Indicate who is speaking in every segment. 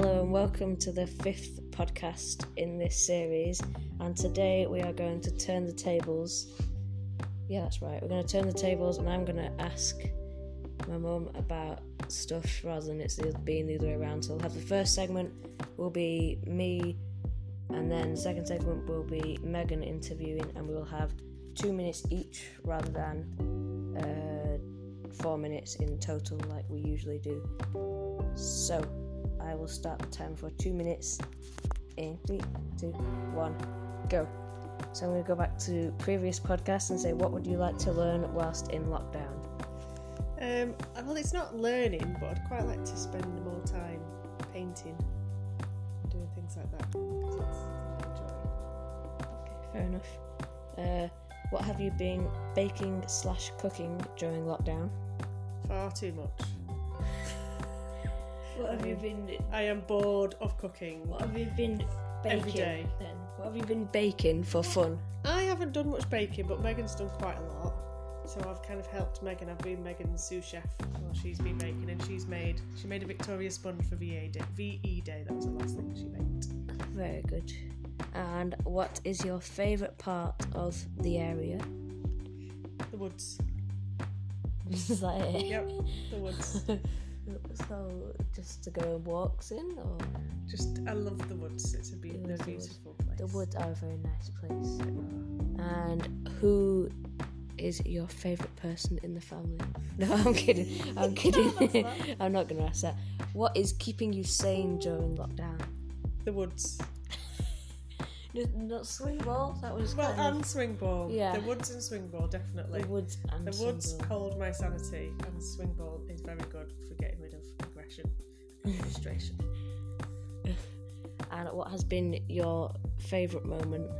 Speaker 1: welcome to the fifth podcast in this series. And today we are going to turn the tables. Yeah, that's right. We're going to turn the tables, and I'm going to ask my mum about stuff rather than it's the- being the other way around. So we'll have the first segment will be me, and then the second segment will be Megan interviewing, and we will have two minutes each rather than uh, four minutes in total, like we usually do. So I will start the timer for two minutes in three, two, one, go. So I'm going to go back to previous podcasts and say, what would you like to learn whilst in lockdown?
Speaker 2: Um, well, it's not learning, but I'd quite like to spend more time painting, doing things like that. 'cause it's something I enjoy.
Speaker 1: Fair enough. Uh, what have you been baking slash cooking during lockdown?
Speaker 2: Far too much.
Speaker 1: What have you been?
Speaker 2: I am bored of cooking.
Speaker 1: What have you been baking
Speaker 2: Every day.
Speaker 1: then? What have you been baking for fun?
Speaker 2: I haven't done much baking, but Megan's done quite a lot. So I've kind of helped Megan. I've been Megan's sous chef while she's been baking, and she's made she made a Victoria sponge for VA Day. VE Day. That was the last thing she baked.
Speaker 1: Very good. And what is your favourite part of the area?
Speaker 2: The woods.
Speaker 1: is that it?
Speaker 2: Yep. The woods.
Speaker 1: so just to go walks in, or
Speaker 2: Just I love the woods. It's a, be-
Speaker 1: Yeah,
Speaker 2: they're
Speaker 1: the woods.
Speaker 2: beautiful place.
Speaker 1: the woods are a very nice place. And who is your favourite person in the family? No, I'm kidding. I'm kidding. I'm not going to ask that. What is keeping you sane during lockdown?
Speaker 2: The woods.
Speaker 1: No, Not swing balls. That was
Speaker 2: Well, um,
Speaker 1: kind
Speaker 2: and swing ball.
Speaker 1: Yeah.
Speaker 2: The woods and swing ball,
Speaker 1: of
Speaker 2: definitely.
Speaker 1: the woods and
Speaker 2: The
Speaker 1: swing
Speaker 2: woods
Speaker 1: ball.
Speaker 2: cold my sanity, and swing ball is very good for getting rid of aggression and frustration.
Speaker 1: And what has been your favourite moment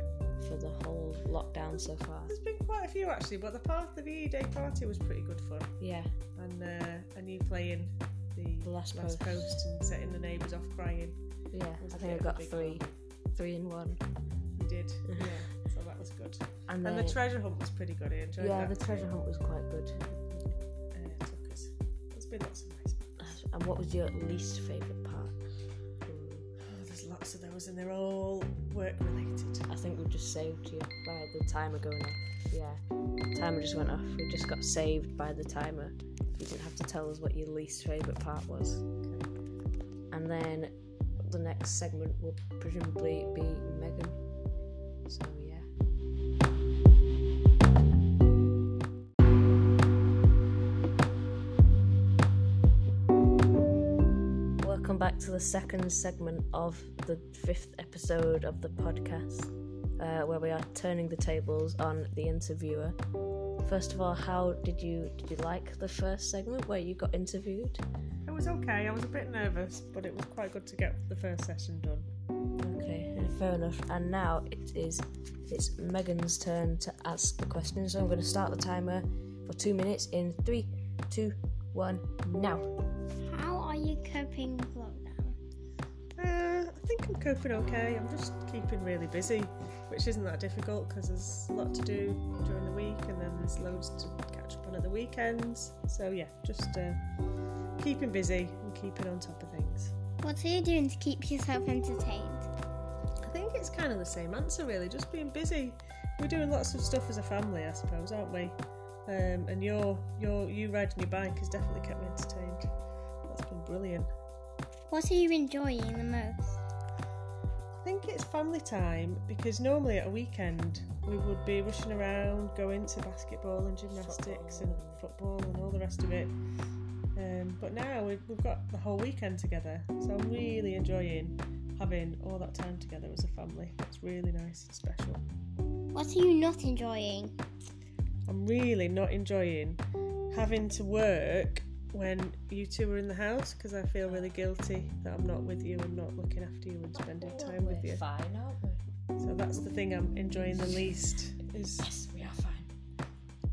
Speaker 1: for the whole lockdown so far?
Speaker 2: There's been quite a few actually, but the part the VE Day party was pretty good fun,
Speaker 1: Yeah,
Speaker 2: and uh, and you playing the,
Speaker 1: The last
Speaker 2: post.
Speaker 1: post.
Speaker 2: and setting the neighbours off crying.
Speaker 1: yeah.
Speaker 2: was
Speaker 1: I
Speaker 2: a
Speaker 1: think I
Speaker 2: bit of a
Speaker 1: got
Speaker 2: big
Speaker 1: three, three in one.
Speaker 2: You did, yeah. So that was good.
Speaker 1: And
Speaker 2: And,
Speaker 1: then
Speaker 2: the treasure hunt was pretty good. I enjoyed
Speaker 1: yeah,
Speaker 2: that.
Speaker 1: the treasure hunt was quite good.
Speaker 2: uh, took us. There's been lots of nice.
Speaker 1: And what was your least favourite part? Hmm.
Speaker 2: Oh, there's lots of those, and they're all work related.
Speaker 1: I think we just saved you by the timer going off. Yeah, timer just went off. We just got saved by the timer. You didn't have to tell us what your least favourite part was. And then the next segment will presumably be Megan. So yeah. Welcome back to the second segment of the fifth episode of the podcast, uh, where we are turning the tables on the interviewer. First of all, how did you did you like the first segment where you got interviewed?
Speaker 2: It was okay. I was a bit nervous, but it was quite good to get the first session done.
Speaker 1: Okay, fair enough. And now it is it's Megan's turn to ask the question. So I'm going to start the timer for two minutes in three, two, one, now.
Speaker 3: How are you coping with lockdown?
Speaker 2: Uh, I think I'm coping okay. I'm just keeping really busy, which isn't that difficult because there's a lot to do during the week, and then there's loads to catch up on at the weekends. So yeah, just uh, keeping busy and keeping on top of things.
Speaker 3: What are you doing to keep yourself entertained?
Speaker 2: I think it's kind of the same answer, really. Just being busy. We're doing lots of stuff as a family, I suppose, aren't we? Um, and your your you riding your bike has definitely kept me entertained. That's been brilliant.
Speaker 3: What are you enjoying the most?
Speaker 2: I think it's family time because normally at a weekend we would be rushing around, going to basketball and gymnastics and football and all the rest of it. Um, but now we've, we've got the whole weekend together, so I'm really enjoying having all that time together as a family. It's really nice and special.
Speaker 3: What are you not enjoying?
Speaker 2: I'm really not enjoying having to work when you two are in the house because I feel really guilty that I'm not with you and not looking after you and spending time with you.
Speaker 1: fine, aren't we?
Speaker 2: So that's the thing I'm enjoying the least is
Speaker 1: Yes, we are fine.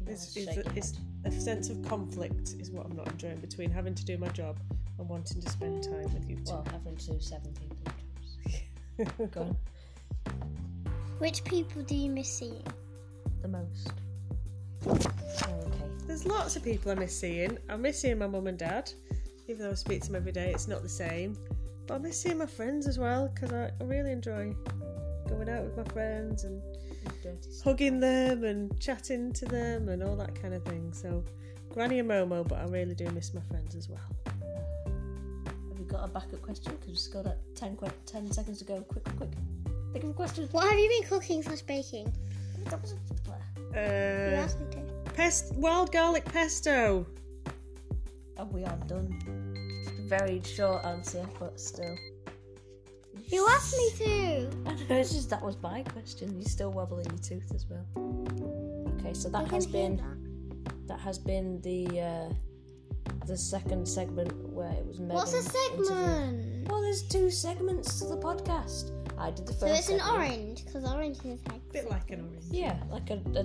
Speaker 2: is, is, a, is a sense of conflict is what I'm not enjoying between having to do my job and wanting to spend time with you two.
Speaker 1: well, having to seven people Go on.
Speaker 3: Which people do you miss seeing?
Speaker 1: The most. okay.
Speaker 2: There's lots of people I miss seeing. I miss seeing my mum and dad, even though I speak to them every day. It's not the same. But I miss seeing my friends as well because I, I really enjoy going out with my friends and hugging them and chatting to them and all that kind of thing. So, Granny and Momo, but I really do miss my friends as well.
Speaker 1: Have you got a backup question? Because we've still got 10, que- 10 seconds to go. Quick, quick. Think of a question.
Speaker 3: What have you been cooking slash baking?
Speaker 1: That was a-
Speaker 3: You
Speaker 2: Uh,
Speaker 3: asked me to.
Speaker 2: pest, wild garlic pesto.
Speaker 1: And we are done. Very short answer, but still.
Speaker 3: You asked me to.
Speaker 1: I know, it's just that was my question. You're still wobbling your tooth as well. Okay, so
Speaker 3: I
Speaker 1: that
Speaker 3: can
Speaker 1: has
Speaker 3: hear
Speaker 1: been
Speaker 3: that.
Speaker 1: that has been the uh, the second segment where it was Megan.
Speaker 3: What's a segment?
Speaker 1: Well, there's two segments to the podcast. I did the
Speaker 3: So
Speaker 1: first.
Speaker 3: it's an
Speaker 1: segment.
Speaker 3: orange because orange is like.
Speaker 2: Bit like an orange.
Speaker 1: Yeah, like a, a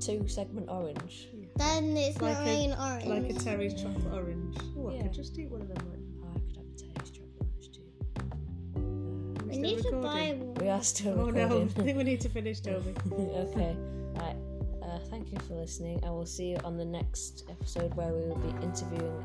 Speaker 1: two segment orange.
Speaker 3: Then it's
Speaker 2: Like
Speaker 3: not
Speaker 2: a-
Speaker 3: really an orange.
Speaker 2: Like a Terry's chocolate orange. Oh, I
Speaker 1: Yeah.
Speaker 2: could just eat one of them. Like,
Speaker 1: Oh, I could have a taste chocolate orange too.
Speaker 2: Are
Speaker 3: we
Speaker 2: still
Speaker 3: need to
Speaker 2: recording?
Speaker 3: buy one.
Speaker 1: We are still
Speaker 2: Oh no, I
Speaker 1: recording.
Speaker 2: think we need to finish, don't we?
Speaker 1: okay, right. Uh, thank you for listening. I will see you on the next episode where we will be interviewing